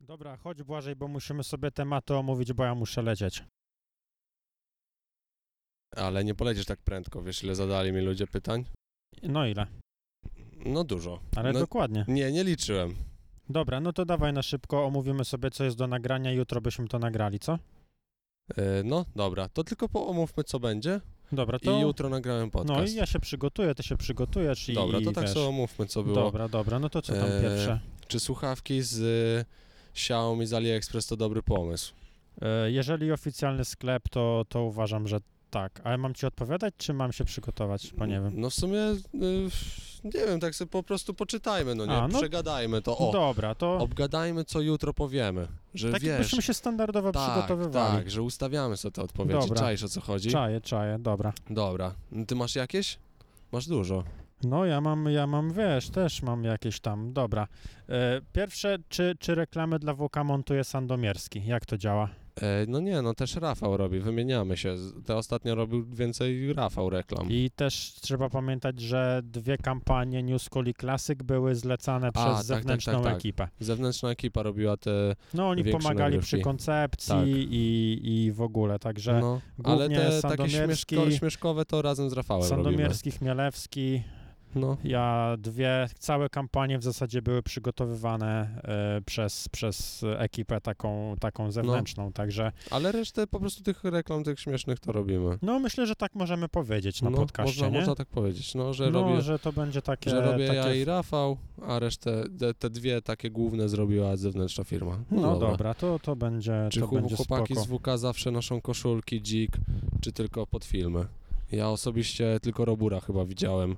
Dobra, chodź Błażej, bo musimy sobie tematy omówić, bo ja muszę lecieć. Ale nie polecisz tak prędko, wiesz ile zadali mi ludzie pytań? No ile? No dużo. Ale no, dokładnie. Nie, nie liczyłem. Dobra, no to dawaj na szybko, omówimy sobie co jest do nagrania, jutro byśmy to nagrali, co? E, no, dobra, to tylko po- omówmy co będzie Dobra, i No to... jutro nagrałem podcast. No i ja się przygotuję, ty się przygotujesz i Dobra, to tak wiesz. sobie omówmy co było. Dobra, dobra, no to co tam Eee, pierwsze? Czy słuchawki z y, Xiaomi z AliExpress to dobry pomysł? E, Jeżeli oficjalny sklep, to, to uważam, że tak. Ale mam ci odpowiadać, czy mam się przygotować? Bo nie wiem. No w sumie, y, nie wiem, tak sobie po prostu poczytajmy, no nie? A, no- Przegadajmy to, o, Dobra, to obgadajmy co jutro powiemy, że tak wiesz... byśmy się standardowo Tak, przygotowywali. tak, że ustawiamy sobie te odpowiedzi, Dobra. czaisz o co chodzi? Czaję, czaję, dobra. Dobra, ty masz jakieś? Masz dużo. No ja mam, ja mam, wiesz, też mam jakieś tam, dobra. E, Pierwsze, czy, czy reklamy dla WK montuje Sandomierski? Jak to działa? E, no nie, no też Rafał robi, wymieniamy się. Z- Te ostatnio robił więcej Rafał reklam. I też trzeba pamiętać, że dwie kampanie New School i Classic były zlecane przez tak, tak, zewnętrzną tak, tak. ekipę. Zewnętrzna ekipa robiła te, No oni Większe pomagali przy nagrywki. koncepcji Tak. i, i w ogóle, także no, ale Tak, głównie te takie Sandomierski- śmieszko, śmieszkowe to razem z Rafałem Sandomierski, Chmielewski, robimy. No. ja dwie, całe kampanie w zasadzie były przygotowywane e, przez, przez ekipę taką, No. taką zewnętrzną, także Ale resztę po prostu tych reklam, tych śmiesznych to robimy. no myślę, że tak możemy powiedzieć na no, podcaście, można, nie? można tak powiedzieć, no, że no, robię, że to będzie takie... że robię takie... ja i Rafał, a resztę, te, te dwie takie główne zrobiła zewnętrzna firma. No dobra, to, to będzie, Czy to chłop- będzie Znaczy, chłopaki spoko. z WK zawsze noszą koszulki dzik, czy tylko pod filmy? Ja osobiście tylko Robura chyba widziałem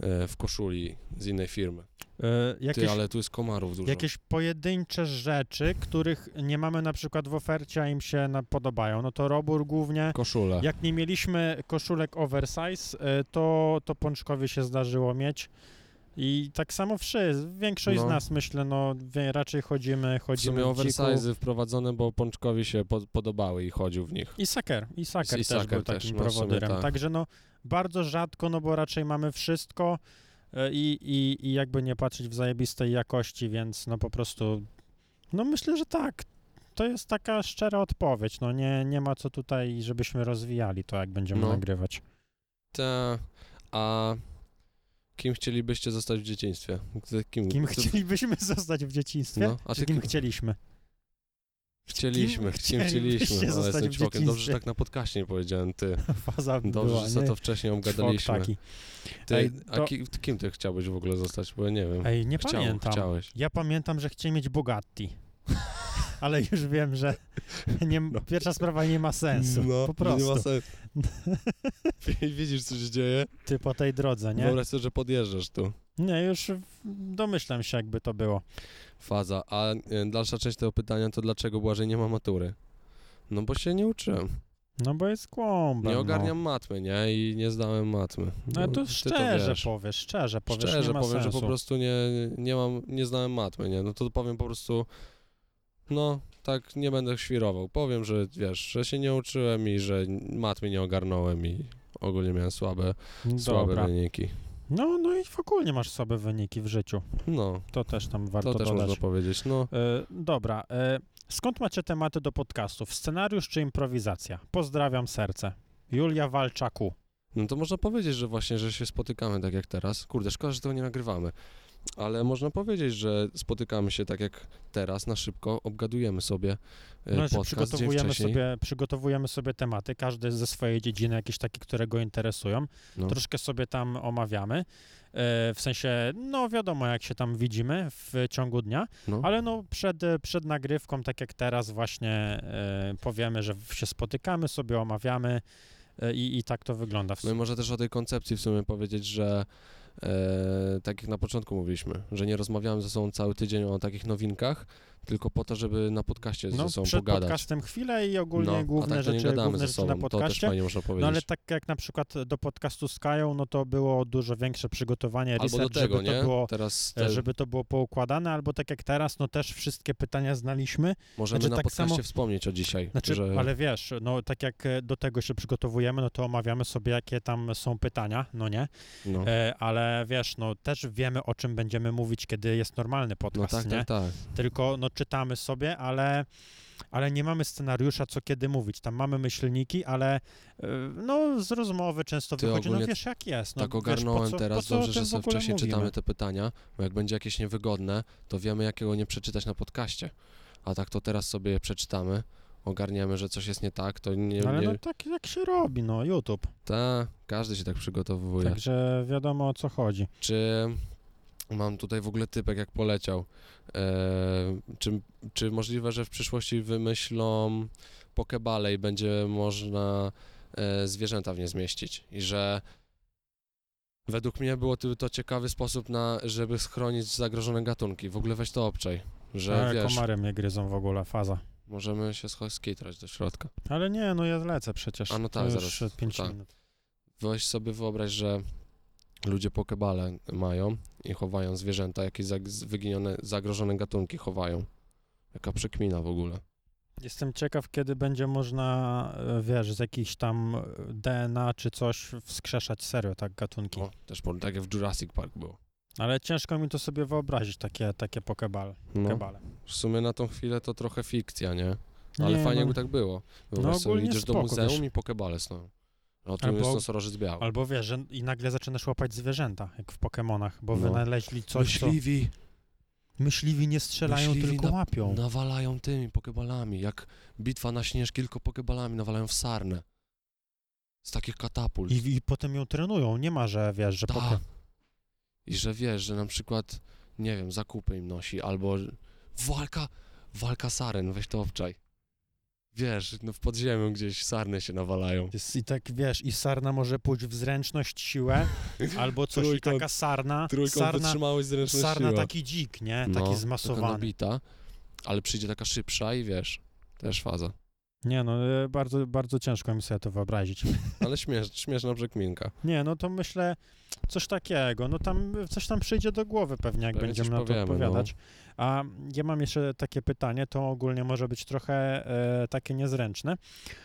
e, w koszuli z innej firmy. E, Ty, jakieś, ale tu jest komarów dużo. jakieś pojedyncze rzeczy, których nie mamy na przykład w ofercie, a im się na, podobają, no to Robur głównie, Koszule. Jak nie mieliśmy koszulek oversize, y, to, to pączkowi się zdarzyło mieć. I tak samo wszyscy, większość z No. nas myślę, no wie- raczej chodzimy, W sumie chodzimy w dziku. oversizy wprowadzone, bo Pączkowi się po, podobały i chodził w nich. I Saker, i Saker I też Saker był też, takim no w sumie prowodyrem. tak. Także no bardzo rzadko, no bo raczej mamy wszystko y, i, i, i jakby nie patrzeć w zajebistej jakości, więc no po prostu, no myślę, że tak. To jest taka szczera odpowiedź, no nie, nie ma co tutaj, żebyśmy rozwijali to, jak będziemy No. nagrywać. Te, a kim chcielibyście zostać w dzieciństwie? Kim, Kim chcielibyśmy zostać w dzieciństwie? No, a czy ty kim kim- chcieliśmy? kim Chcieliśmy, kim chcielibyście chcieliśmy, ale zostać jestem w człowiekiem. Dobrze, że dzieciństwie? tak na podcaście nie powiedziałem, ty. Faza by Dobrze, była, że sobie nie? to wcześniej Czwok obgadaliśmy. taki. Ty, Ej, a to- ki, kim ty chciałbyś w ogóle zostać? Bo ja nie wiem. Ej, nie Chciał, pamiętam. Chciałeś. Ja pamiętam, że chciałem mieć Bugatti. Ale już wiem, że nie, pierwsza sprawa nie ma sensu. po prostu. No. Nie ma sensu. Widzisz, co się dzieje? Ty po tej drodze, nie? Wyobraź sobie, że podjeżdżasz tu. Nie, już w- domyślam się, jakby to było. Faza. A e, dalsza część tego pytania to dlaczego Błażej nie ma matury? No bo się nie uczyłem. No bo jest kłąbem. Nie ogarniam matmy, nie? I nie zdałem matmy. No, no to ty szczerze wiesz. powiesz, szczerze powiesz, szczerze nie ma powiem, sensu. że po prostu nie, nie mam, nie znałem matmy, nie? No to powiem po prostu, no tak nie będę świrował. Powiem, że wiesz, że się nie uczyłem i że matmy nie ogarnąłem i ogólnie miałem słabe, słabe Dobra. wyniki. No, no i w ogóle masz słabe wyniki w życiu. No, To też tam warto to też dodać. można powiedzieć. No, E, dobra. E, skąd macie tematy do podcastów? Scenariusz czy improwizacja? Pozdrawiam serce. Julia Walczaku. no to można powiedzieć, że właśnie, że się spotykamy tak jak teraz. Kurde, szkoda, że tego nie nagrywamy. Ale można powiedzieć, że spotykamy się tak jak teraz, na szybko, obgadujemy sobie e, No, że podcast dzień przygotowujemy wcześniej. sobie, przygotowujemy sobie tematy, każdy ze swojej dziedziny, jakieś takie, które go interesują. No. Troszkę sobie tam omawiamy. E, w sensie, no wiadomo, jak się tam widzimy w ciągu dnia, No. ale no przed, przed nagrywką, tak jak teraz właśnie e, powiemy, że się spotykamy, sobie omawiamy e, i, i tak to wygląda. W No i może też o tej koncepcji w sumie powiedzieć, że e, tak jak na początku mówiliśmy, że nie rozmawiałem ze sobą cały tydzień o takich nowinkach, tylko po to, żeby na podcaście no, ze sobą przed pogadać. podcastem chwilę i ogólnie no, główne a tak to nie rzeczy, gadamy główne ze rzeczy na sobą, to też podcaście. fajnie można powiedzieć. No ale tak jak na przykład do podcastu z Kają, no to było dużo większe przygotowanie, Albo do research, tego, żeby, nie? To było, Teraz e, te, żeby to było poukładane, albo tak jak teraz, no też wszystkie pytania znaliśmy, możemy znaczy na tak podcaście samo- wspomnieć o dzisiaj, znaczy, że ale wiesz, no tak jak e, do tego się przygotowujemy, no to omawiamy sobie, jakie tam są pytania, no nie, no, e, ale wiesz, no też wiemy, o czym będziemy mówić, kiedy jest normalny no podcast, tak, nie? tak, tak. Tylko no czytamy sobie, ale, ale nie mamy scenariusza, co kiedy mówić. Tam mamy myślniki, ale y, no z rozmowy często Ty wychodzi, no ogólnie wiesz jak jest. No, tak wiesz, po ogarnąłem co- po teraz, co o dobrze, tym że w sobie ogóle wcześniej mówimy? czytamy te pytania, bo jak będzie jakieś niewygodne, to wiemy jakiego nie przeczytać na podcaście. A tak to teraz sobie je przeczytamy, ogarniemy, że coś jest nie tak, to nie... Ale nie no tak, tak się robi, no YouTube. Ta, każdy się tak przygotowuje. Także wiadomo o co chodzi. Czy mam tutaj w ogóle typek, jak poleciał? E, czy, czy możliwe, że w przyszłości wymyślą pokebale i będzie można e, zwierzęta w nie zmieścić? I że według mnie było to, to ciekawy sposób, na, żeby schronić zagrożone gatunki. W ogóle weź to obczaj, że Ale wiesz, E, komary mnie gryzą w ogóle, faza. możemy się scho- skitrać do środka. Ale nie, no ja lecę przecież. A no tak, To zaraz, Już 5 tak. minut. Weź sobie wyobraź, że ludzie pokebale mają i chowają zwierzęta, jakieś zag- z- wyginione, zagrożone gatunki chowają. Jaka przekmina w ogóle. Jestem ciekaw, kiedy będzie można, e, wiesz, z jakichś tam e, DNA czy coś wskrzeszać serio tak gatunki. O, też po- tak jak w Jurassic Park było. Ale ciężko mi to sobie wyobrazić, takie, takie pokebal, No, pokebale. w sumie na tą chwilę to trochę fikcja, nie? Ale Nie, fajnie no. jakby tak było. Wyobraź No, sobie, ogólnie idziesz do spoko, muzeum wiesz. i pokebale sną. No tu Albo- jest nosorożec biały. Albo wiesz, że i nagle zaczynasz łapać zwierzęta, jak w Pokemonach, bo No. wynaleźli coś, Myśliwi co myśliwi nie strzelają, Myśliwi tylko na- łapią. nawalają tymi pokebalami, jak bitwa na śnieżki, tylko pokebalami nawalają w sarnę. Z takich katapult. I, I potem ją trenują, nie ma, że wiesz, że poke... Tak. I że wiesz, że na przykład, nie wiem, zakupy im nosi, albo walka, walka saren, weź to obczaj. Wiesz, no w podziemiu gdzieś sarny się nawalają. Jest, I tak wiesz, i sarna może pójść w zręczność, siłę, albo coś, i Trójkąt- taka sarna, Trójką sarna, wytrzymałość zręczność sarna siła. taki dzik, nie? Taki No, Taka zmasowany. nabita, ale przyjdzie taka szybsza i wiesz, też faza. Nie no, e, bardzo, bardzo ciężko mi sobie to wyobrazić. Ale śmiesz, śmieszna brzegminka. Nie, no to myślę coś takiego. No tam e, coś tam przyjdzie do głowy pewnie, jak Pewnie będziemy coś na to powiemy, no. odpowiadać. A ja mam jeszcze takie pytanie, to ogólnie może być trochę e, takie niezręczne.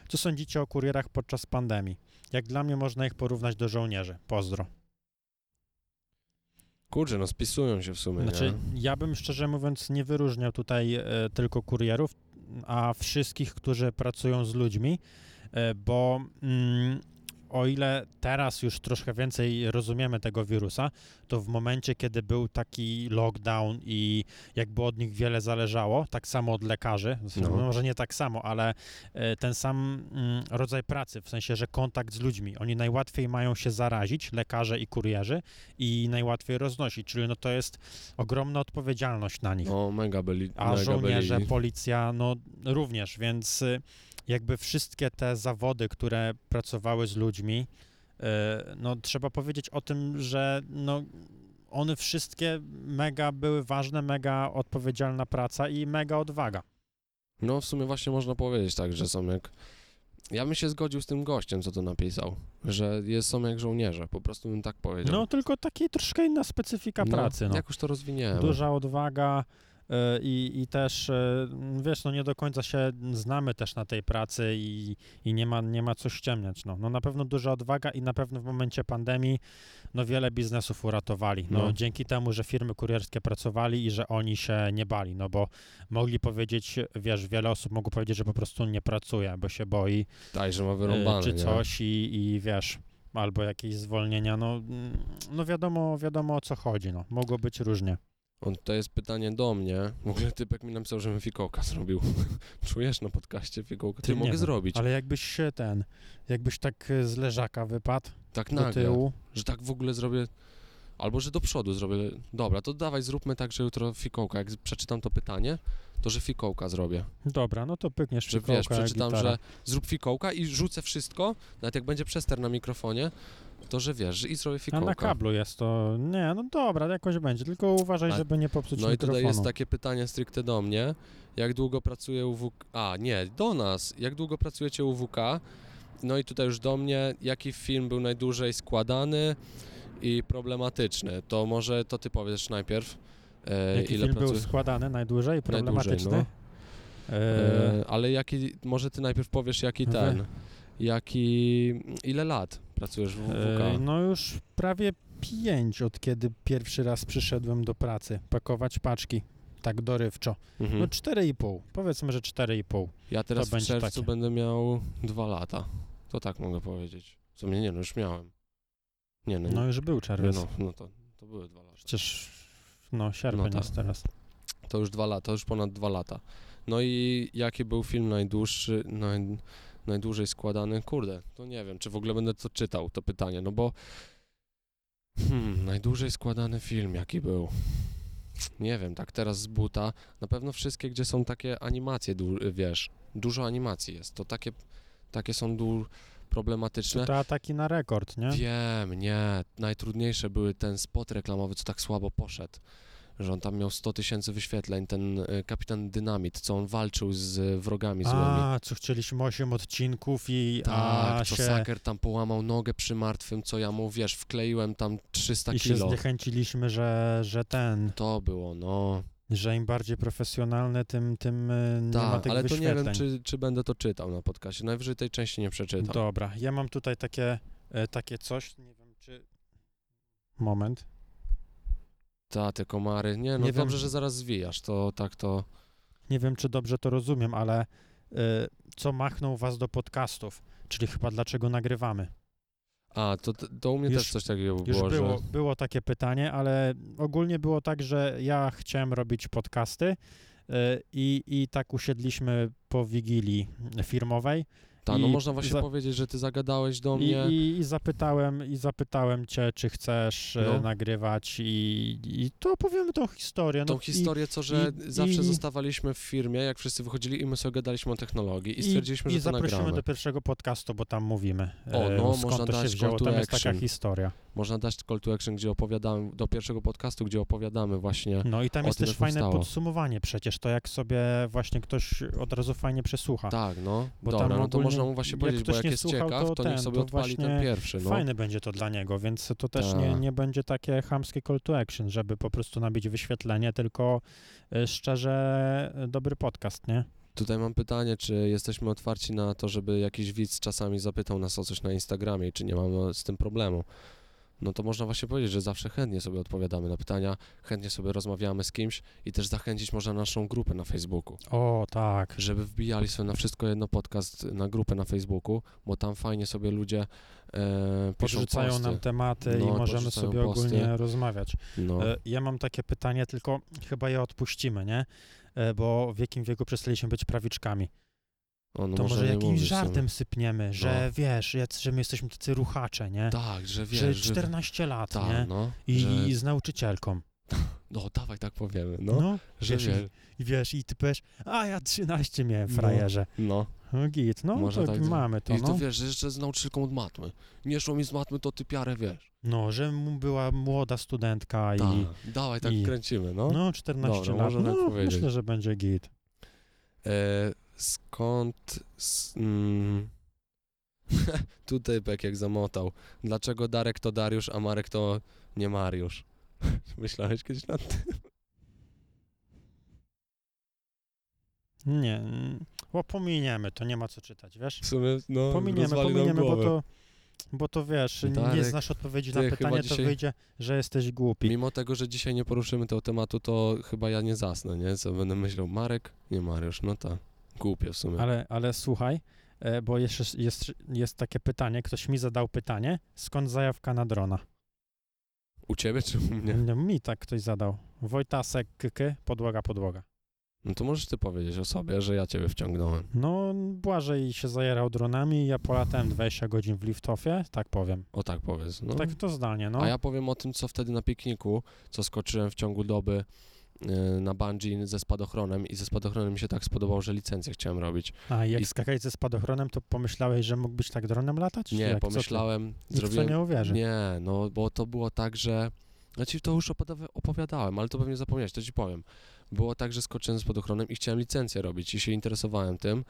Co sądzicie o kurierach podczas pandemii? Jak dla mnie można ich porównać do żołnierzy? Pozdro. Kurczę, no spisują się w sumie, Znaczy, nie? ja bym szczerze mówiąc nie wyróżniał tutaj e, tylko kurierów, a wszystkich, którzy pracują z ludźmi, e, bo mm, o ile teraz już troszkę więcej rozumiemy tego wirusa, to w momencie, kiedy był taki lockdown i jakby od nich wiele zależało, tak samo od lekarzy, w sensie, No. no może nie tak samo, ale e, ten sam mm, rodzaj pracy, w sensie, że kontakt z ludźmi, oni najłatwiej mają się zarazić, lekarze i kurierzy, i najłatwiej roznosić, czyli no to jest ogromna odpowiedzialność na nich. No, mega byli, A mega żołnierze, byli. policja, no również, więc y, jakby wszystkie te zawody, które pracowały z ludźmi, y, no trzeba powiedzieć o tym, że no one wszystkie mega były ważne, mega odpowiedzialna praca i mega odwaga. No, w sumie właśnie można powiedzieć tak, że są jak... Ja bym się zgodził z tym gościem, co to napisał, że jest, są jak żołnierze, po prostu bym tak powiedział. No tylko taki troszkę inna specyfika pracy. No. Jak już to rozwiniemy. Duża odwaga y, i, i też, y, wiesz, no nie do końca się znamy też na tej pracy i, i nie, ma, nie ma co ściemniać. No. no na pewno duża odwaga i na pewno w momencie pandemii no wiele biznesów uratowali. No, No. Dzięki temu, że firmy kurierskie pracowali i że oni się nie bali, no bo mogli powiedzieć, wiesz, wiele osób mogło powiedzieć, że po prostu nie pracuje, bo się boi Daj, że ma y, wyrąbane, czy nie? coś i, i wiesz... Albo jakieś zwolnienia, no, mm, no wiadomo, wiadomo o co chodzi, no. Mogło być różnie. On, to jest pytanie do mnie. W ogóle typek mi napisał, żebym fikołka zrobił. Czujesz na podcaście fikołka? Ty, Ty, nie mogę wiem, zrobić. Ale jakbyś się ten, jakbyś tak e, z leżaka wypadł Tak do nagle, tyłu, że tak w ogóle zrobię... Albo, że do przodu zrobię. Dobra, to dawaj, zróbmy tak, że jutro fikołka. Jak przeczytam to pytanie, to że fikołka zrobię. dobra, no to pykniesz Że fikołka wiesz, przeczytam, gitara. że zrób fikołka i rzucę wszystko, nawet jak będzie przester na mikrofonie, to że wiesz, i zrobię A fikołka. na kablu jest to, nie, no dobra, jakoś będzie, tylko uważaj, A- żeby nie popsuć No i mikrofonu. tutaj jest takie pytanie stricte do mnie. Jak długo pracuje UWK? A, nie, do nas. Jak długo pracujecie UWK? No i tutaj już do mnie, jaki film był najdłużej składany i problematyczny? To może to ty powiesz najpierw, e, Jaki ile film był pracuje. składany najdłużej i problematyczny? E, E, ale jaki, może ty najpierw powiesz, jaki Wy- ten, jaki, ile lat pracujesz w UWK? e, no już prawie pięć od kiedy pierwszy raz przyszedłem do pracy, pakować paczki. tak dorywczo. Mhm. No 4,5, powiedzmy, że 4,5. Ja teraz to w będzie czerwcu takie. będę miał dwa lata. To tak mogę powiedzieć. Co mnie nie, no już miałem. Nie, no, No nie, już był czerwiec. no, no to, to były dwa lata. Przecież, no, sierpień No tak. jest teraz. To już dwa lata, to już ponad dwa lata. No i jaki był film najdłuższy, naj, najdłużej składany? Kurde, to nie wiem, czy w ogóle będę to czytał, to pytanie, no bo... Hmm, najdłużej składany film, jaki był? Nie wiem, tak teraz z buta. Na pewno wszystkie, gdzie są takie animacje, du- wiesz, dużo animacji jest, to takie, takie są du- problematyczne. Czy to ataki na rekord, nie? Wiem, nie. Najtrudniejsze były ten spot reklamowy, co tak słabo poszedł. Że on tam miał 100 tysięcy wyświetleń, ten e, kapitan Dynamit, co on walczył z e, wrogami złymi. A, co chcieliśmy 8 odcinków i a Tak, co się, Saker tam połamał nogę przy martwym, co ja mu, wiesz, wkleiłem tam 300 i się kilo. zniechęciliśmy, że, że ten, To było, no. że im bardziej profesjonalne, tym, tym y, nie ma Tak, tych ale to nie wyświetleń. wiem, czy, czy będę to czytał na podcastie. Najwyżej tej części nie przeczytam. Dobra, ja mam tutaj takie, e, takie coś, nie wiem czy... Moment. Ta, te komary. Nie, no Nie wiem. dobrze, że zaraz zwijasz, to tak to... Nie wiem, czy dobrze to rozumiem, ale y, co machnął was do podcastów? Czyli chyba dlaczego nagrywamy? A, to, to u mnie Już- też coś takiego Już było, było, że... było takie pytanie, ale ogólnie było tak, że ja chciałem robić podcasty y, i, i tak usiedliśmy po wigilii firmowej Ta, no I można właśnie za- powiedzieć, że ty zagadałeś do i, mnie. i, i zapytałem i zapytałem cię, czy chcesz y, No. nagrywać i, i to opowiemy tą historię. Tą no, i- historię, co że i- zawsze i- zostawaliśmy w firmie, jak wszyscy wychodzili i my sobie gadaliśmy o technologii i stwierdziliśmy, i, że to zaprosimy nagramy. do pierwszego podcastu, bo tam mówimy. O, e, no, skąd można to się dać wzięło. call to Tam jest taka action. historia. Można dać call to action, gdzie opowiadamy, do pierwszego podcastu, gdzie opowiadamy właśnie. No i tam Tak. O jest tym, też jak powstało. fajne podsumowanie przecież, to jak sobie właśnie ktoś od razu fajnie przesłucha. Tak, no. Bo Dobra, tam no to ogólnie można mu właśnie jak powiedzieć, bo ktoś jak nie jest słuchał, ciekaw, to, to niech ten, sobie to odpali ten właśnie pierwszy, no. Fajne będzie to dla niego, więc to też nie, Tak. nie będzie takie chamskie call to action, żeby po prostu nabić wyświetlenie, tylko e, szczerze e, dobry podcast, nie? Tutaj mam pytanie, czy jesteśmy otwarci na to, żeby jakiś widz czasami zapytał nas o coś na Instagramie i czy nie mamy z tym problemu. No to można właśnie powiedzieć, że zawsze chętnie sobie odpowiadamy na pytania, chętnie sobie rozmawiamy z kimś i też zachęcić można naszą grupę na Facebooku, O, tak. żeby wbijali sobie na wszystko jedno podcast na grupę na Facebooku, bo tam fajnie sobie ludzie e, piszą Podrzucają posty. nam tematy No, i możemy podrzucają sobie posty. ogólnie rozmawiać. No, E, Ja mam takie pytanie, tylko chyba je odpuścimy, nie? E, Bo w jakim wieku przestaliśmy być prawiczkami? o, no to może nie jakimś mówić, no. żartem sypniemy, że wiesz, jacy- że my jesteśmy tacy ruchacze, nie? Tak, że wiesz, że że- 14 lat, nie? tak, no, I, że, I z nauczycielką. no dawaj tak powiemy, no, No, że wiesz, wiesz, I wiesz, i ty powiesz, a ja 13 miałem, No. frajerze. no. No git, no Może to tak zro- mamy to, I to no. wiesz, że jeszcze z nauczycielką od matmy. Nie szło mi z matmy, to ty piarę wiesz. No, że mu była młoda studentka Tak. i... Dawaj, tak i- kręcimy, no. No, 14 Dobra, lat, można tak no powiedzieć. myślę, że będzie git. E, skąd... S, mm, tutaj Bek jak zamotał. Dlaczego Darek to Dariusz, a Marek to nie Mariusz? Myślałeś kiedyś nad tym? Nie, mm, bo pominiemy, to nie ma co czytać, wiesz? W sumie, no, Pominiemy, rozwali nam pominiemy, bo głowę. to, bo to wiesz, nie Darek, znasz odpowiedzi ty na chyba pytanie, to dzisiaj- wyjdzie, że jesteś głupi. Mimo tego, że dzisiaj nie poruszymy tego tematu, to chyba ja nie zasnę, nie? Co będę myślał, Marek, nie Mariusz, no tak. Głupie w sumie. Ale, ale słuchaj, e, bo jeszcze jest, jest takie pytanie, ktoś mi zadał pytanie, skąd zajawka na drona? U ciebie czy u mnie? No, mi tak ktoś zadał. Wojtasek, kyky, podłoga, podłoga. No to możesz ty powiedzieć o sobie, że ja ciebie wciągnąłem. No, Błażej się zajerał dronami, ja polatałem 20 godzin w liftofie, tak powiem. O tak powiedz. No. Tak to zdanie, no. A ja powiem o tym, co wtedy na pikniku, co skoczyłem w ciągu doby y, na bungee ze spadochronem i ze spadochronem mi się tak spodobał, że licencję chciałem robić. A jak i- skakałeś ze spadochronem, to pomyślałeś, że mógłbyś tak dronem latać? Nie, jak, co ty? pomyślałem, Nikt w to zrobiłem... nie uwierzy. Nie, no bo to było tak, że. Ja ci to już opowiada- opowiadałem, ale to pewnie zapomniałeś, to ci powiem. Było tak, że skoczyłem z podochronem i chciałem licencję robić i się interesowałem tym.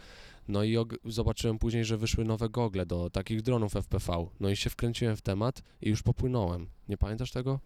No i og- zobaczyłem później, że wyszły nowe gogle do takich dronów FPV. No i się wkręciłem w temat i już popłynąłem. Nie pamiętasz tego?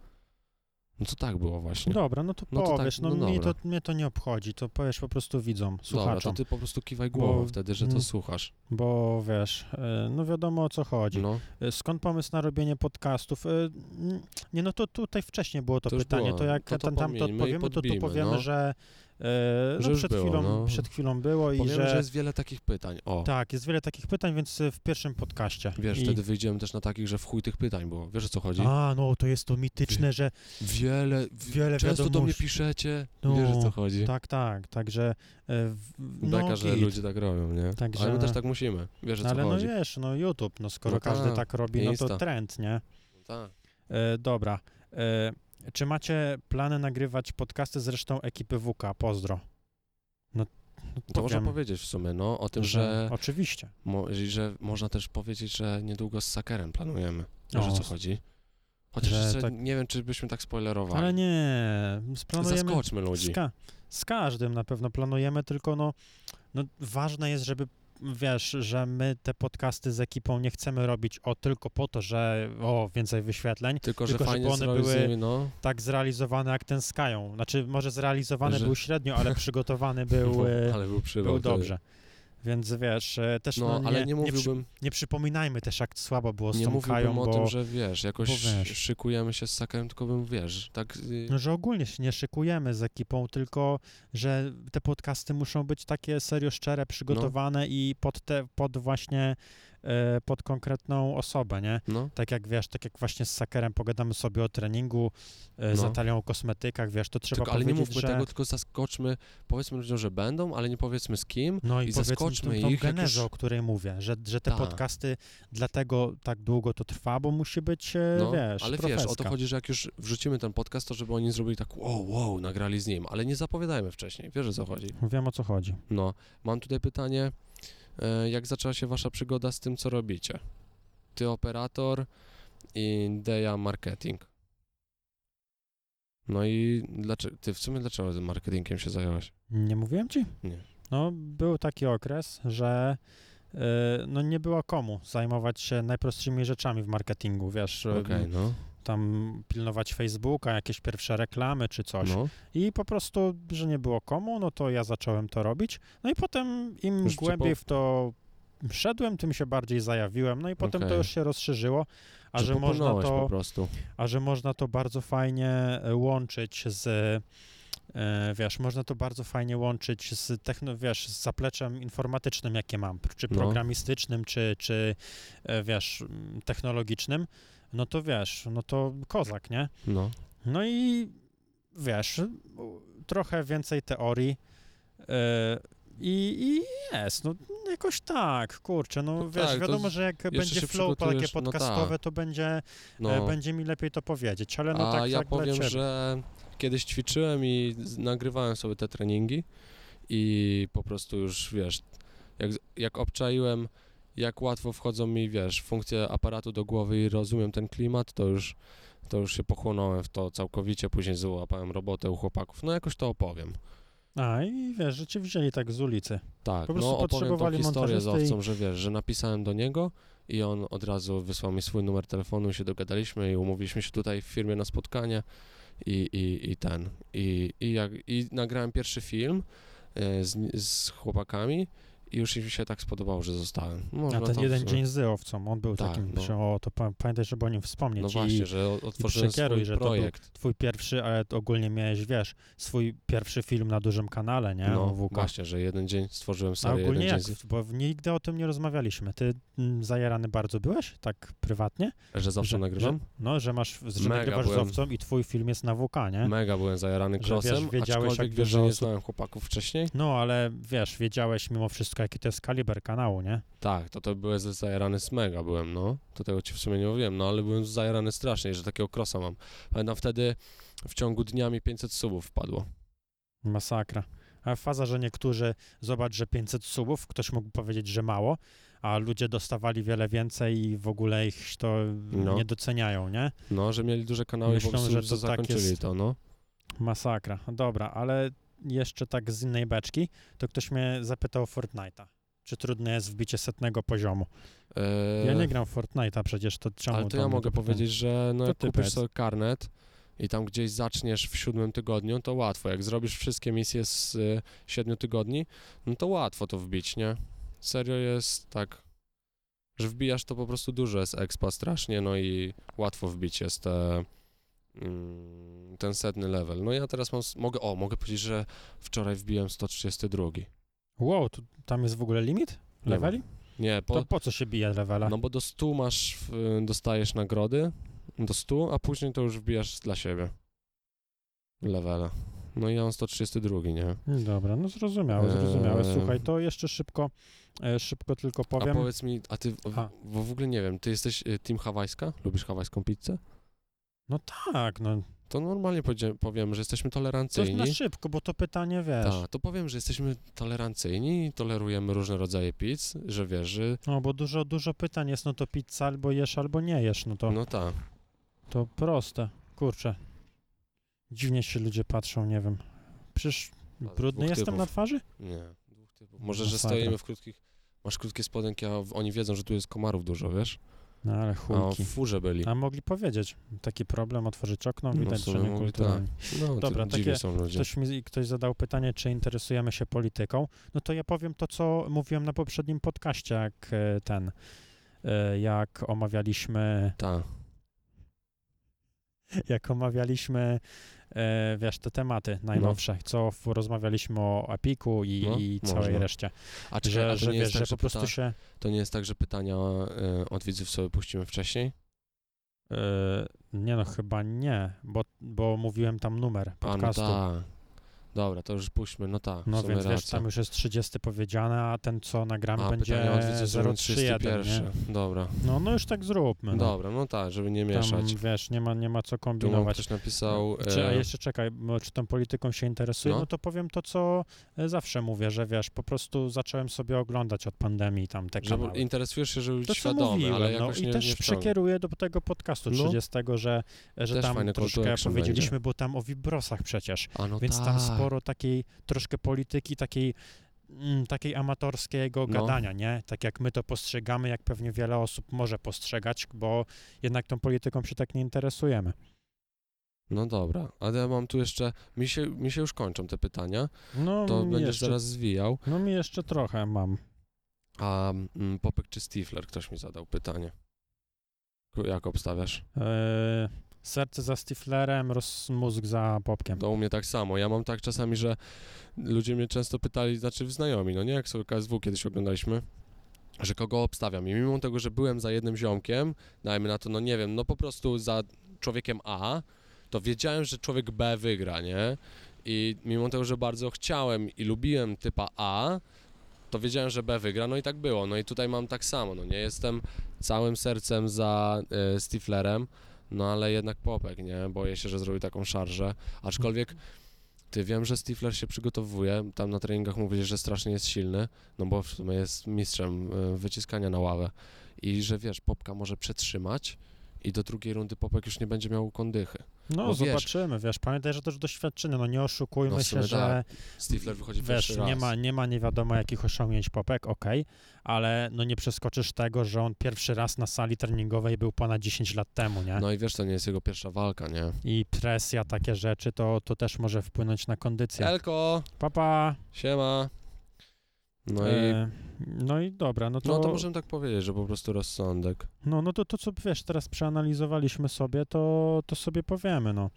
No to tak było właśnie. Dobra, no to No to tak, powiesz, no, no mi dobra. to, mnie to nie obchodzi, to powiesz po prostu widzom, Dobra, to słuchaczom, ty po prostu kiwaj głową Bo- wtedy, że to mm. słuchasz. bo wiesz, y, no wiadomo o co chodzi. No, Y, Skąd pomysł na robienie podcastów? Y, mm, Nie, no to tutaj wcześniej było to, To już pytanie, było. to jak To to ten, tam to pomieńmy i odpowiemy, to tu podbijmy, powiemy, no. że, y, Że no, już przed, było, chwilą, no. przed chwilą było i powiemy, że, że... jest wiele takich pytań. O, tak, jest wiele takich pytań, więc y, w pierwszym podcaście. wiesz, I... wtedy wyjdziemy też na takich, że w chuj tych pytań było. Wiesz o co chodzi? A, no to jest to mityczne, że Wiele, w... wiele często do mnie wiadomości. piszecie. No, Wiesz o co chodzi? Tak, tak, także e, w- no, Beka, że git. ludzie tak robią, nie? Także- Ale my też tak musimy. Wiesz o co Ale no chodzi? wiesz, no YouTube, no skoro No każdy tak, tak robi, no to Insta. trend, nie? Tak. E, dobra. E, czy macie plany nagrywać podcasty z resztą ekipy WK? Pozdro. No, no To można powiem, powiedzieć w sumie, no, o tym, że, Oczywiście. mo- że można też powiedzieć, że niedługo z Sakerem planujemy. Wiesz O, o co chodzi? Chociaż że jeszcze tak- nie wiem, czy byśmy tak spoilerowali. Ale nie, splanujemy... Zaskoczmy ludzi. Z, ka- z każdym na pewno planujemy, tylko no, no ważne jest, żeby wiesz, że my te podcasty z ekipą nie chcemy robić o tylko po to, że o, więcej wyświetleń, Tylko, że Tylko, żeby fajnie one zrobić z były- nimi, no. tak zrealizowane jak ten Skają. Znaczy, może zrealizowany Że- był średnio, ale przygotowany był, e, ale był przywał. był wtedy. dobrze. Więc wiesz, e, też No, no, nie, ale nie nie, przy, mówiłbym, nie przypominajmy też, jak słabo było z nie tą mówiłbym Kają, o bo, tym, że wiesz, jakoś bo wiesz. szykujemy się z Sakerem, tylko bym, wiesz, tak... y, no, że ogólnie się nie szykujemy z ekipą, tylko że te podcasty muszą być takie serio szczere, przygotowane No. i pod, te, pod właśnie e, pod konkretną osobę, nie? No, Tak jak wiesz, tak jak właśnie z Sakerem pogadamy sobie o treningu, e, z No. Natalią o kosmetykach, wiesz, to trzeba tylko, ale nie powiedzieć, mówmy że... tego, tylko zaskoczmy, powiedzmy ludziom, że będą, ale nie powiedzmy z kim. No i, i powiedzmy zaskoczmy tą, tą ich, jak genezę, już- Tak. o której mówię, że, że te Ta. podcasty dlatego tak długo to trwa, bo musi być, e, No, wiesz, ale profeska. wiesz, o to chodzi, że jak już wrzucimy ten podcast, to żeby oni zrobili tak wow, wow, nagrali z nim, ale nie zapowiadajmy wcześniej, wiesz o co chodzi. Wiem o co chodzi. No, mam tutaj pytanie, e, jak zaczęła się wasza przygoda z tym, co robicie? Ty operator i Deja marketing. No i dlaczego, ty w sumie dlaczego tym marketingiem się zająłeś? Nie mówiłem ci? Nie. No, był taki okres, że e, no nie było komu zajmować się najprostszymi rzeczami w marketingu, wiesz, e, Okej, no, tam pilnować Facebooka, jakieś pierwsze reklamy czy coś. no, I po prostu, że nie było komu, no to ja zacząłem to robić. No i potem im Już cię głębiej po- w to szedłem, tym się bardziej zajawiłem. No i potem to Okej. już się rozszerzyło, a że, że, można popłynąłeś po to, prostu. a że można to bardzo fajnie e, łączyć z e, wiesz, można to bardzo fajnie łączyć z techno, wiesz, z zapleczem informatycznym, jakie mam, p- czy No. programistycznym, czy, czy e, wiesz, m, technologicznym, no to wiesz, no to kozak, nie? No, No i wiesz, u- trochę więcej teorii yy, i, i jest, no jakoś tak, kurczę, no, No wiesz, tak, to wiadomo, że jak będzie się flow takie przygotujesz, no podcastowe, to będzie, no. e, będzie mi lepiej to powiedzieć, ale no A tak, ja tak dla powiem, ciebie. że kiedyś ćwiczyłem i z- nagrywałem sobie te treningi i po prostu już wiesz, jak, jak obczaiłem, jak łatwo wchodzą mi, wiesz, funkcje aparatu do głowy i rozumiem ten klimat, to już, to już się pochłonąłem w to całkowicie, później złapałem robotę u chłopaków. No jakoś to opowiem. A i wiesz, że cię wzięli tak z ulicy. Tak, Po prostu no opowiem tą potrzebowali historię z montażysty i- owcą, że wiesz, że napisałem do niego i on od razu wysłał mi swój numer telefonu i się dogadaliśmy i umówiliśmy się tutaj w firmie na spotkanie i, i, i ten. I, i, jak, I nagrałem pierwszy film e, z, z chłopakami i już im się tak spodobało, że zostałem. Można A ten to w jeden sumie- dzień z owcą, on był no Tak, takim, no. przy- o to pa- pamiętaj, żeby o nim wspomnieć No i właśnie, że o- otworzyłem przekieruj, swój że to był- projekt. twój pierwszy, ale to ogólnie miałeś, wiesz, swój pierwszy film na dużym kanale, nie, o No WK. właśnie, że jeden dzień stworzyłem A serię, jeden ogólnie dzień jak, z, bo nigdy o tym nie rozmawialiśmy. Ty mm, zajarany bardzo byłeś, tak prywatnie? że zawsze że, nagrywam. Że, no, że masz, że Mega nagrywasz byłem. z owcą i twój film jest na WK, nie? Mega byłem zajarany Że wiesz, krosem, wiedziałeś, jak aczkolwiek wiesz, dużo że nie osób- znałem chłopaków wcześniej. No, ale wiesz, wiedziałeś mimo wszystko, jaki to jest kaliber kanału, nie? Tak, to to byłem zajarany z mega byłem, no. To tego ci w sumie nie mówiłem, no ale byłem zajarany strasznie, że takiego krosa mam. Pamiętam wtedy w ciągu dnia mi 500 subów wpadło. Masakra. A faza, że niektórzy, zobacz, że 500 subów, ktoś mógł powiedzieć, że mało, a ludzie dostawali wiele więcej i w ogóle ich to No. nie doceniają, nie? No, że mieli duże kanały Myślą, i po prostu że już to to tak zakończyli jest. to, no. Masakra. Dobra, ale jeszcze tak z innej beczki, to ktoś mnie zapytał o Fortnite'a. Czy trudne jest wbicie setnego poziomu? Eee, Ja nie gram w Fortnite'a przecież, to czemu ale to do ja mnie mogę pytanie? powiedzieć, że no To jak ty kupisz powiedz. sobie karnet, i tam gdzieś zaczniesz w siódmym tygodniu, to łatwo. Jak zrobisz wszystkie misje z y, siedmiu tygodni, no to łatwo to wbić, nie? Serio jest tak, że wbijasz to po prostu dużo jest expa strasznie, no i łatwo wbić jest te, mm, ten setny level. No ja teraz mam, s- mogę, o, mogę powiedzieć, że wczoraj wbiłem 132. Wow, tu, tam jest w ogóle limit Nie ma. leveli? Nie, po, To po co się bije levela? No bo do 100 masz, w- dostajesz nagrody, do 100, a później to już wbijasz dla siebie. Levela. No i ja mam 132, nie? Dobra, no zrozumiałe, zrozumiałe. Eee. Słuchaj, to jeszcze szybko, e, szybko tylko A powiem. powiedz mi, a ty, w, A. bo w ogóle nie wiem, ty jesteś y, team hawajska? Lubisz hawajską pizzę? No tak, no To normalnie podzie- powiem, że jesteśmy to jest tolerancyjni. na szybko, bo to pytanie, wiesz. Ta, to powiem, że jesteśmy tolerancyjni, tolerujemy różne rodzaje pizz, że wiesz, że... No bo dużo, dużo pytań jest, no to pizza albo jesz, albo nie jesz, no to, No tak. to proste. Kurczę. Dziwnie się ludzie patrzą, nie wiem. Przecież A, brudny dwóch jestem typów. na twarzy? Nie, dwóch typów. Może, No że fajnie. stoimy w krótkich... Masz krótkie spodenki, a w- oni wiedzą, że tu jest komarów dużo, wiesz? No ale A w chulki. furze byli. A mogli powiedzieć, taki problem, otworzyć okno, No, widać, w sumie że nie mogli, kulturalni. No, to Dobra, dziwni takie- są ludzie. Ktoś, mi, ktoś zadał pytanie, czy interesujemy się polityką. No to ja powiem to, co mówiłem na poprzednim podcaście, jak e, ten, e, jak omawialiśmy, Tak. jak omawialiśmy, e, wiesz, te tematy najnowsze, co w, rozmawialiśmy o Epiku i, No, i całej można. reszcie. A czy Że, że, że nie wiesz, jest tak, że że po prostu pyta, się... to nie jest tak, że pytania e, od widzów sobie puścimy wcześniej? e, nie no, chyba nie, bo, bo mówiłem tam numer A, no podcastu. tak. Dobra, to już puśćmy, no tak, No w sumie więc wiesz, racja. tam już jest 30 powiedziane, a ten co nagram A, będzie pytania od widzów zrobią 031, nie? 31. Dobra, No, no już tak zróbmy. No. dobra, no tak, żeby nie Tam, mieszać. wiesz, nie ma, nie ma co Tu mam kombinować. ktoś napisał... Czy, a e, jeszcze czekaj, bo czy tą polityką się interesuje, no. No. to powiem to, co e, zawsze mówię, że wiesz, po prostu zacząłem sobie oglądać od pandemii tam te Żeby kanały. interesujesz się, żeby To być co świadomy, mówiłem, ale no jakoś i nie, też nie wciąga. przekieruję do tego podcastu No. 30, że, że Też tam fajny call to troszkę action powiedzieliśmy, bo tam o wibrosach przecież. A, no Więc tak. tam sporo takiej troszkę polityki, takiej, mm, takiej amatorskiego No. gadania, nie? Tak jak my to postrzegamy, jak pewnie wiele osób może postrzegać, bo jednak tą polityką się tak nie interesujemy. No dobra, ale ja mam tu jeszcze... Mi się, mi się już kończą te pytania, No, to mi będziesz jeszcze, zaraz zwijał. no mi jeszcze trochę mam. A mm, Popek czy Stifler? Ktoś mi zadał pytanie. Ku- Jak obstawiasz? E, serce za Stiflerem, roz, mózg za Popkiem. To u mnie tak samo. Ja mam tak czasami, że ludzie mnie często pytali, znaczy w znajomi, no nie? Jak sobie KSW kiedyś oglądaliśmy, że kogo obstawiam. I mimo tego, że byłem za jednym ziomkiem, dajmy na to, no nie wiem, no po prostu za człowiekiem A, to wiedziałem, że człowiek B wygra, nie? I mimo tego, że bardzo chciałem i lubiłem typa A, to wiedziałem, że B wygra, no i tak było. No i tutaj mam tak samo, no nie? Jestem całym sercem za e, Stiflerem, no ale jednak Popek, nie? Boję się, że zrobił taką szarżę. Aczkolwiek ty wiem, że Stifler się przygotowuje. Tam na treningach mówili, że strasznie jest silny, no bo w sumie jest mistrzem e, wyciskania na ławę. I że wiesz, Popka może przetrzymać i do drugiej rundy Popek już nie będzie miał kondychy. No bo wiesz- zobaczymy, wiesz, pamiętaj, że też doświadczenie, no nie oszukujmy No w się, sumie że Stifler wychodzi wiesz, pierwszy raz. nie ma, nie ma nie wiadomo jakich osiągnięć popek, okej, ale no nie przeskoczysz tego, że on pierwszy raz na sali treningowej był ponad 10 lat temu, nie? No i wiesz, to nie jest jego pierwsza walka, nie? I presja, takie rzeczy, to, to też może wpłynąć na kondycję. Elko, Papa! siema. No i E, no i dobra, no to, no to możemy tak powiedzieć, że po prostu rozsądek. no, no to, to co wiesz, teraz przeanalizowaliśmy sobie, to, to sobie powiemy, no.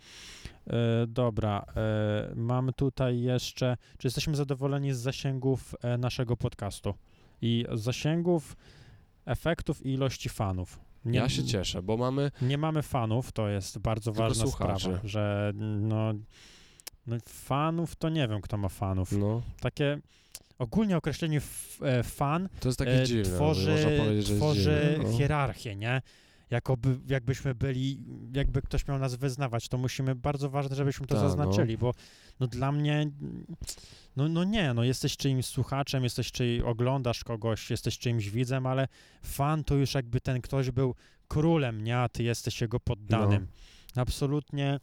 E, dobra, e, mam tutaj jeszcze, czy jesteśmy zadowoleni z zasięgów e, naszego podcastu i z zasięgów, efektów i ilości fanów. Nie, Ja się cieszę, bo mamy Nie mamy fanów, to jest bardzo Tylko ważna słuchaczy. sprawa, że no, no fanów to nie wiem, kto ma fanów. no, Takie ogólnie określenie f, e, fan to jest takie e, dziwne, no, tworzy, można powiedzieć, że tworzy jest dziwne, no. hierarchię, nie? Jakoby, jakbyśmy byli, jakby ktoś miał nas wyznawać, to musimy, bardzo ważne, żebyśmy to Ta, no. zaznaczyli, bo no dla mnie, no, no nie, no jesteś czyimś słuchaczem, jesteś czy oglądasz kogoś, jesteś czyimś widzem, ale fan to już jakby ten ktoś był królem, nie, a ty jesteś jego poddanym. Absolutnie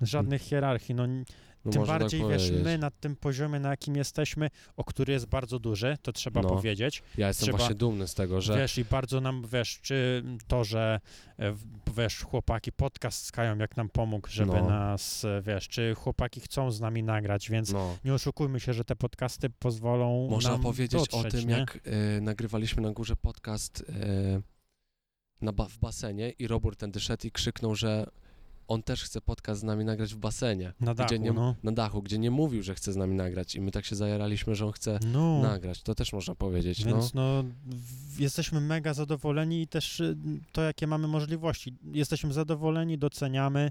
żadnych hierarchii, no n- No, Tym można tak bardziej, wiesz, powiedzieć. my na tym poziomie, na jakim jesteśmy, o który jest bardzo duży, to trzeba No. powiedzieć. Ja jestem trzeba- właśnie dumny z tego, że Wiesz, i bardzo nam, wiesz, czy to, że e, w- wiesz, chłopaki podcast skają, jak nam pomógł, żeby No. nas, e, wiesz, czy chłopaki chcą z nami nagrać, więc no, nie oszukujmy się, że te podcasty pozwolą można nam powiedzieć dotrzeć, o tym, nie? jak e, nagrywaliśmy na górze podcast e, na ba- w basenie i Robert ten szedł i krzyknął, że on też chce podcast z nami nagrać w basenie. na dachu, gdzie nie, no. Na dachu, gdzie nie mówił, że chce z nami nagrać i my tak się zajaraliśmy, że on chce No, nagrać. To też można powiedzieć, no. więc no, w- jesteśmy mega zadowoleni i też y, to, jakie mamy możliwości. Jesteśmy zadowoleni, doceniamy.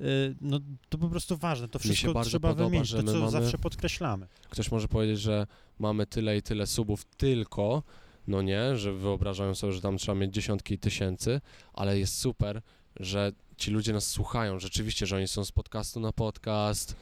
y, No, to po prostu ważne, to Mi się wszystko bardzo trzeba podoba, wymienić, że to my co mamy- zawsze podkreślamy. Ktoś może powiedzieć, że mamy tyle i tyle subów tylko, no nie, że wyobrażają sobie, że tam trzeba mieć dziesiątki tysięcy, ale jest super, że ci ludzie nas słuchają rzeczywiście, że oni są z podcastu na podcast,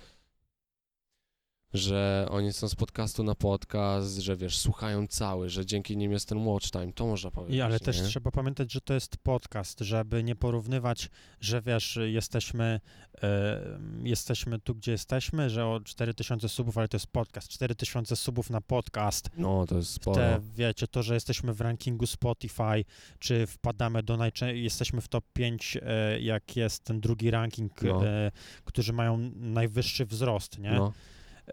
że oni są z podcastu na podcast, że wiesz, słuchają cały, że dzięki nim jest ten watch time, to można powiedzieć. I, ale nie? też trzeba pamiętać, że to jest podcast, żeby nie porównywać, że wiesz, jesteśmy, e, jesteśmy tu, gdzie jesteśmy, że o 4000 subów, ale to jest podcast, 4000 subów na podcast, No, to jest sporo. te, wiecie, to, że jesteśmy w rankingu Spotify, czy wpadamy do najczę- jesteśmy w top 5, e, jak jest ten drugi ranking, No. e, którzy mają najwyższy wzrost, nie? No,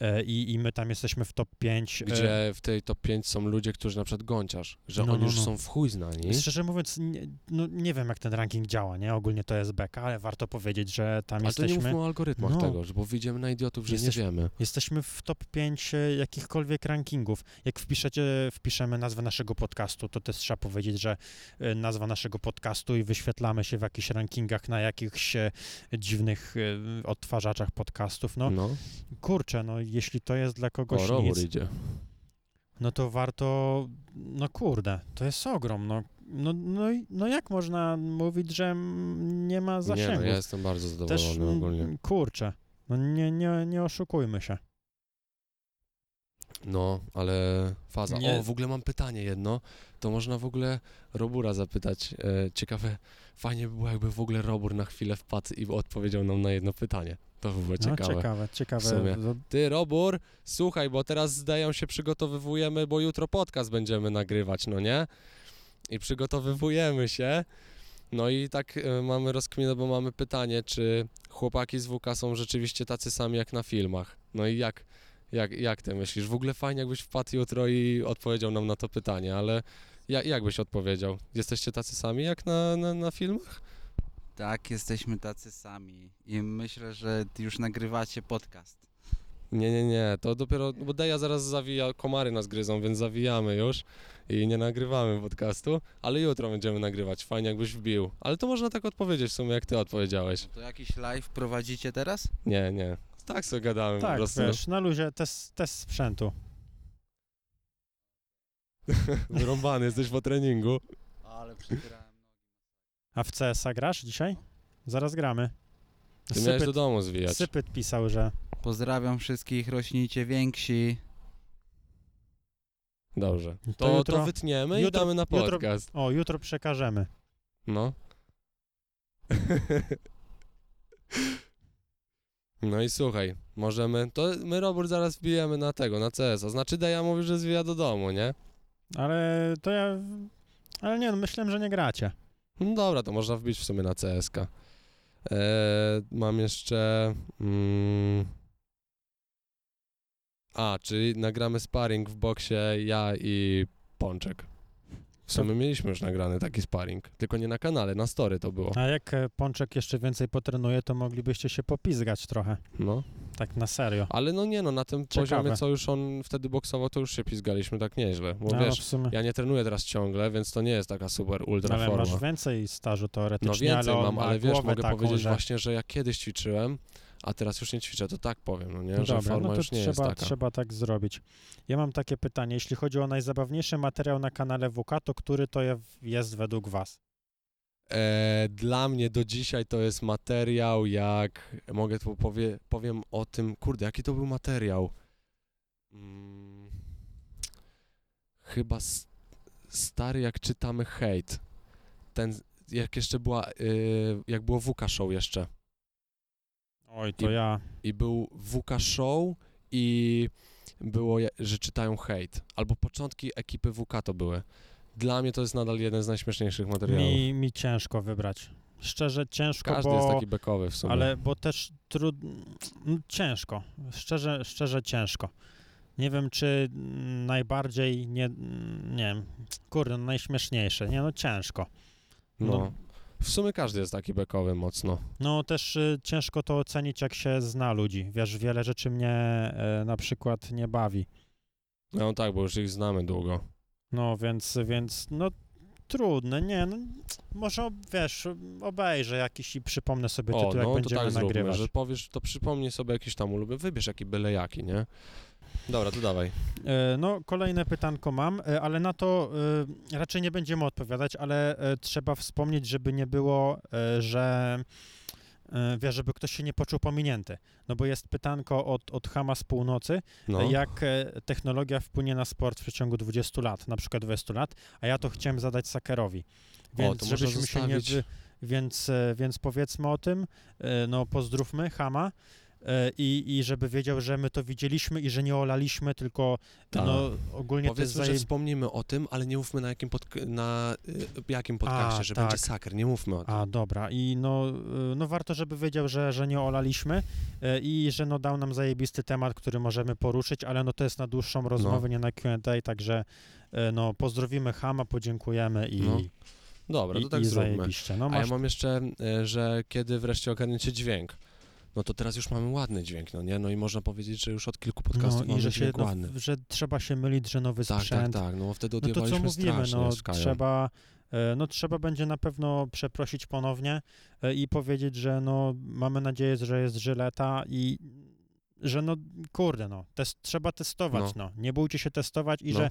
E, i, I my tam jesteśmy w top 5. E, gdzie w tej top 5 są ludzie, którzy na przykład gąciarz, że No, oni no, już no. są w chuj znani. Szczerze mówiąc, nie, no, nie wiem, jak ten ranking działa, nie? Ogólnie to jest beka, ale warto powiedzieć, że tam Ale to nie jesteśmy. mówmy o algorytmach No. tego, że- bo widzimy na idiotów, że Jesteś- nie wiemy. Jesteśmy w top 5 e, jakichkolwiek rankingów. Jak wpiszecie, wpiszemy nazwę naszego podcastu, to też trzeba powiedzieć, że e, nazwa naszego podcastu i wyświetlamy się w jakichś rankingach na jakichś e, dziwnych e, odtwarzaczach podcastów. No No, kurczę, no jeśli to jest dla kogoś o, robór nic, idzie. no to warto, no kurde, to jest ogrom, no. No, no, i- no jak można mówić, że mm, nie ma Nie, no, zasięgu? ja jestem bardzo zadowolony też, mm, ogólnie. kurczę, no nie, nie, nie oszukujmy się. No, ale faza. Nie. O, w ogóle mam pytanie jedno. To można w ogóle Robura zapytać. E, ciekawe, fajnie by było, jakby w ogóle Robur na chwilę wpadł i odpowiedział nam na jedno pytanie. To by było No ciekawe. ciekawe, ciekawe. W sumie. No, Ty, Robur, słuchaj, bo teraz zdają się przygotowywujemy, bo jutro podcast będziemy nagrywać, no nie? I przygotowywujemy się. No i tak e, mamy rozkminę, bo mamy pytanie, czy chłopaki z WK są rzeczywiście tacy sami jak na filmach? No i jak, jak, jak ty myślisz? W ogóle fajnie, jakbyś wpadł jutro i odpowiedział nam na to pytanie, ale ja, jak byś odpowiedział? Jesteście tacy sami jak na, na, na filmach? Tak, jesteśmy tacy sami. I myślę, że już nagrywacie podcast. Nie, nie, nie, to dopiero, no bo Deja zaraz zawija, komary nas gryzą, więc zawijamy już i nie nagrywamy podcastu, ale jutro będziemy nagrywać, fajnie jakbyś wbił. Ale to można tak odpowiedzieć w sumie, jak ty odpowiedziałeś. No To jakiś live prowadzicie teraz? Nie, nie, tak sobie gadamy po tak, prostu. wiesz, na luzie test, test sprzętu. Wyrąbany jesteś po treningu. Ale przegrałem. A w CS-a grasz dzisiaj? Zaraz gramy. Ty miałeś do Sypyt, domu zwijać. sypyt pisał, że Pozdrawiam wszystkich, rośnijcie więksi. Dobrze. to, To, to, jutro... wytniemy jutro- i damy na jutro- podcast. O, jutro przekażemy. No. No i słuchaj, możemy, to my Robert zaraz wbijemy na tego, na CS-a, znaczy Deja mówi, że zwija do domu, nie? Ale to ja... Ale nie, no, myślałem, że nie gracie. No dobra, to można wbić w sumie na CSK. Eee, mam jeszcze. Mm, a, czyli nagramy sparring w boksie ja i Pączek. W sumie mieliśmy już nagrany taki sparring, tylko nie na kanale, na story to było. A jak e, Pączek jeszcze więcej potrenuje, to moglibyście się popizgać trochę. No. Tak na serio. Ale no nie no, na tym Ciekawe. poziomie, co już on wtedy boksował, to już się pizgaliśmy tak nieźle. Bo no, wiesz, w sumie... ja nie trenuję teraz ciągle, więc to nie jest taka super ultra Ale forma. masz więcej stażu teoretycznie, No więcej ale on mam, ma ale wiesz, głowę mogę taką, powiedzieć że... właśnie, że ja kiedyś ćwiczyłem, a teraz już nie ćwiczę, to tak powiem, no nie, No że dobra, forma no to już nie jest trzeba, taka. trzeba tak zrobić. Ja mam takie pytanie, jeśli chodzi o najzabawniejszy materiał na kanale WK, to który to je- jest według was? E, dla mnie do dzisiaj to jest materiał, jak mogę tu powie, powiem o tym, kurde, jaki to był materiał. Mm, chyba s- stary, jak czytamy hejt. Ten, jak jeszcze była, y, jak było WK Show jeszcze. Oj, to ja. i był WK Show i było, ja- że czytają hejt. Albo początki ekipy WK to były. Dla mnie to jest nadal jeden z najśmieszniejszych materiałów. Mi, mi ciężko wybrać. Szczerze ciężko, Każdy bo... jest taki bekowy w sumie. Ale bo też trudno. Ciężko. Szczerze, szczerze ciężko. Nie wiem, czy mm, najbardziej nie. mm, Nie wiem. Kurde, no najśmieszniejsze. Nie no, ciężko. no. no. W sumie każdy jest taki bekowy mocno. No też y, ciężko to ocenić, jak się zna ludzi. Wiesz, wiele rzeczy mnie e, na przykład nie bawi. No tak, bo już ich znamy długo. No więc, więc no trudne, nie, no, może ob- wiesz, obejrzę jakiś i przypomnę sobie O, tytuł, jak no to będziemy tak zróbmy, nagrywać. że powiesz, to przypomnij sobie jakiś tam ulubiony, wybierz jaki byle jaki, nie? Dobra, to dawaj. E, No, kolejne pytanko mam, e, ale na to e, raczej nie będziemy odpowiadać, ale e, trzeba wspomnieć, żeby nie było, e, że e, wiesz, żeby ktoś się nie poczuł pominięty. No bo jest pytanko od, od Hama z północy, No. jak e, technologia wpłynie na sport w przeciągu 20 lat, na przykład 20 lat, a ja to chciałem zadać Sakerowi. Więc to można żebyśmy się nie zostawić. wy... więc, e, więc powiedzmy o tym, e, no pozdrówmy Hama e, i, i żeby wiedział, że my to widzieliśmy i że nie olaliśmy, tylko Tak. no, ogólnie to jest Powiedzmy, że zaje... wspomnimy o tym, ale nie mówmy na jakim, podk- na, y, jakim podcaście, że tak. będzie saker, nie mówmy o tym. A, dobra. I no, y, no warto, żeby wiedział, że, że nie olaliśmy e, i że no dał nam zajebisty temat, który możemy poruszyć, ale no to jest na dłuższą rozmowę, nie na Q&A, także e, no pozdrowimy Hama, podziękujemy i, No, Dobra, i, to tak i zróbmy. zajebiście. No A ja masz... mam jeszcze, e, że kiedy wreszcie ogarniecie dźwięk. No to teraz już mamy ładny dźwięk, no nie? No i można powiedzieć, że już od kilku podcastów no i mamy że się, dźwięk no, ładny. że trzeba się mylić, że nowy Tak, tak, sprzęt, tak, no bo wtedy No to co odjewaliśmy mówimy, strasznie no z Kają. trzeba, e, no trzeba będzie na pewno przeprosić ponownie e, i powiedzieć, że no mamy nadzieję, że jest żyleta i że no kurde no, tes- trzeba testować no. nie bójcie się testować i No. że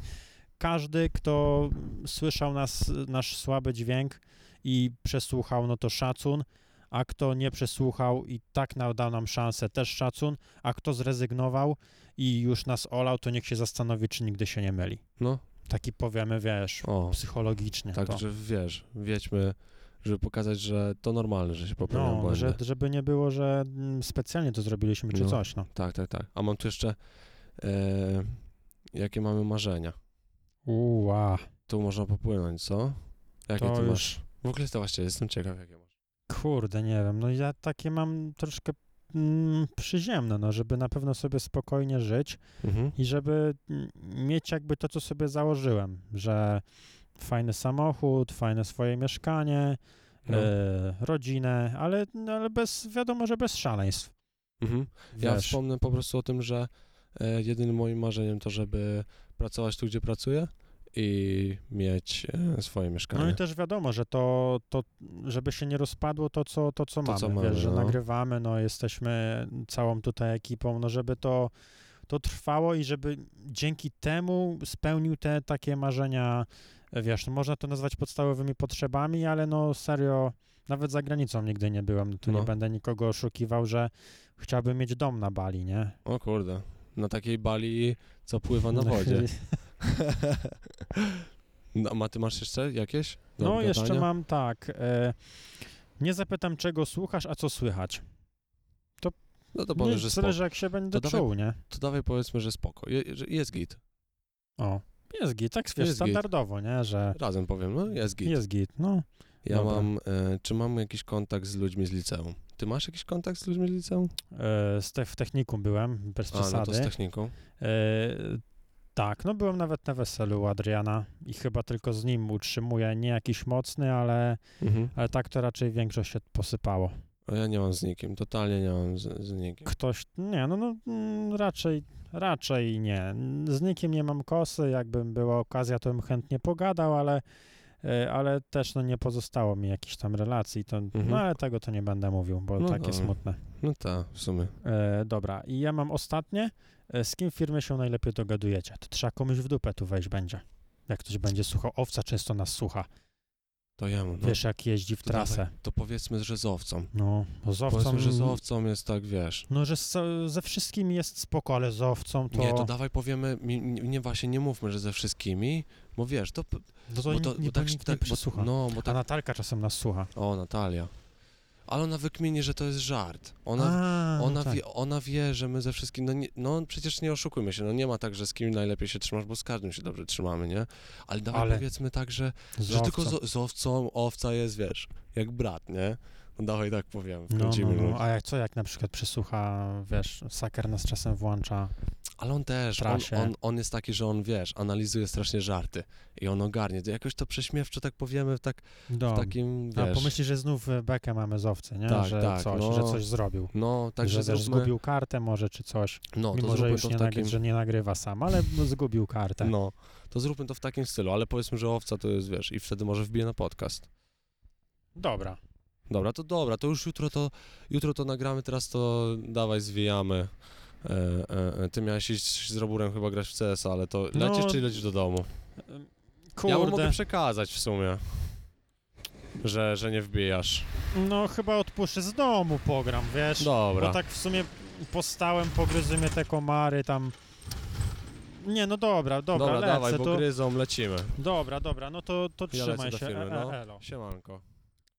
każdy, kto słyszał nas, nasz słaby dźwięk i przesłuchał, no to szacun, a kto nie przesłuchał i tak na- dał nam szansę, też szacun, a kto zrezygnował i już nas olał, to niech się zastanowi, czy nigdy się nie myli No, taki powiemy, wiesz, o, psychologicznie. tak, to. że wiesz, wiedźmy, żeby pokazać, że to normalne, że się popełnia no, błędy. że, żeby nie było, że mm, specjalnie to zrobiliśmy czy No. coś, no. Tak, tak, tak. A mam tu jeszcze, e, jakie mamy marzenia? Uła. Tu można popłynąć, co? Jakie To ty już- masz? W ogóle to właśnie jestem ciekaw, jakie masz. Kurde, nie wiem, no ja takie mam troszkę mm, przyziemne, no, żeby na pewno sobie spokojnie żyć Mhm. i żeby mm, mieć jakby to, co sobie założyłem, że fajny samochód, fajne swoje mieszkanie, No. e, rodzinę, ale, no, ale bez, wiadomo, że bez szaleństw. Mhm. Ja wiesz. wspomnę po prostu o tym, że e, jedynym moim marzeniem to, żeby pracować tu, gdzie pracuję i mieć e, swoje mieszkanie. No i też wiadomo, że to, to żeby się nie rozpadło to, co, to, co To, mamy, co mamy, wiesz, że no. nagrywamy, no jesteśmy całą tutaj ekipą, no żeby to, to trwało i żeby dzięki temu spełnił te takie marzenia, wiesz, no, można to nazwać podstawowymi potrzebami, ale no serio, nawet za granicą nigdy nie byłem, no to No. nie będę nikogo oszukiwał, że chciałbym mieć dom na Bali, nie? O kurde, na takiej bali, co pływa na wodzie. no, a ty masz jeszcze jakieś? do No jeszcze gadania? mam tak, e, nie zapytam czego słuchasz, a co słychać. No to powiem, nie, że spoko. zależy jak się będę To dawaj- czuł, nie? To dawaj powiedzmy, że spoko. Je, że jest git. O, jest git, tak wiesz, Jest git. standardowo, nie? Że Razem powiem, no jest git. jest git, no. ja dobra. mam, e, czy mam jakiś kontakt z ludźmi z liceum? Ty masz jakiś kontakt z ludźmi z liceum? E, z te, w technikum byłem, bez A, no to przesady. z techniką. e, tak, no byłem nawet na weselu u Adriana i chyba tylko z nim utrzymuję, nie jakiś mocny, ale, Mhm. ale tak to raczej większość się posypało. A Ja nie mam z nikim, totalnie nie mam z, z nikim. Ktoś, nie, no, no mm, raczej, raczej nie. Z nikim nie mam kosy, jakbym była okazja, to bym chętnie pogadał, ale, e, ale też no, nie pozostało mi jakichś tam relacji, to, Mhm. no ale tego to nie będę mówił, bo No takie dobra. smutne. No tak, w sumie. E, dobra, i ja mam ostatnie, e, z kim w firmie się najlepiej dogadujecie? To trzeba komuś w dupę tu wejść będzie. Jak ktoś będzie słuchał, owca często nas słucha. To ja mu. No. Wiesz, jak jeździ w To dawaj. trasę. To powiedzmy, że z owcą. No, z owcą... Powiedzmy, że z owcą jest tak, wiesz. No, że z, ze wszystkimi jest spoko, ale z owcą to... Nie, to dawaj powiemy, mi- nie, nie właśnie nie mówmy, że ze wszystkimi, bo wiesz, to... p- No to, bo nikt, to nie, bo tak, nikt nie tak, bo, przesłucha. No, bo A tak... Natalka czasem nas słucha. O, Natalia. ale ona wykmieni, że to jest żart. Ona, A, Ona, no tak. wie, ona wie, że my ze wszystkim, no, nie, no przecież nie oszukujmy się, no nie ma tak, że z kim najlepiej się trzymasz, bo z każdym się dobrze trzymamy, nie? Ale dawaj Ale- powiedzmy tak, że, Z że tylko owcą. z, z owcą, owca jest, wiesz, jak brat, nie? No dawaj tak powiem, No, wkręcimy no, no. ludzi. A jak, co jak na przykład przysłucha, wiesz, saker nas czasem włącza. Ale on też, on, Trasie. on, on jest taki, że on, wiesz, analizuje strasznie żarty i on ogarnie, to jakoś to prześmiewczo tak powiemy w, tak, Do. w takim, No. A wiesz, pomyśli, że znów e, bekę mamy z owcy, nie? Tak, że tak, coś, no. że coś zrobił. no, Także także że też zróbmy, zgubił kartę może czy coś. no, to mimo, że zróbmy już to nie, w nagry, takim, że tak. nie nagrywa sam, ale zgubił kartę. no, to zróbmy to w takim stylu, ale powiedzmy, że owca to jest, wiesz, i wtedy może wbije na podcast. Dobra. Dobra, to dobra, to już jutro to, jutro to nagramy, teraz to dawaj zwijamy. E, e, e, ty miałeś iść z Roburem chyba grać w CS, ale to No, lecisz czy lecisz do domu? Ja mu Kurde. mogę przekazać w sumie, że, że nie wbijasz. No chyba odpuszczę z domu pogram, wiesz? Dobra, Bo tak w sumie postałem, pogryzły mnie te komary tam. Nie, no dobra, dobra, dobra, lecę, dawaj, bo to... gryzą, lecimy. Dobra, dobra, no to, to Ja lecę trzymaj do się. firmy, e, e, no. elo. Siemanko.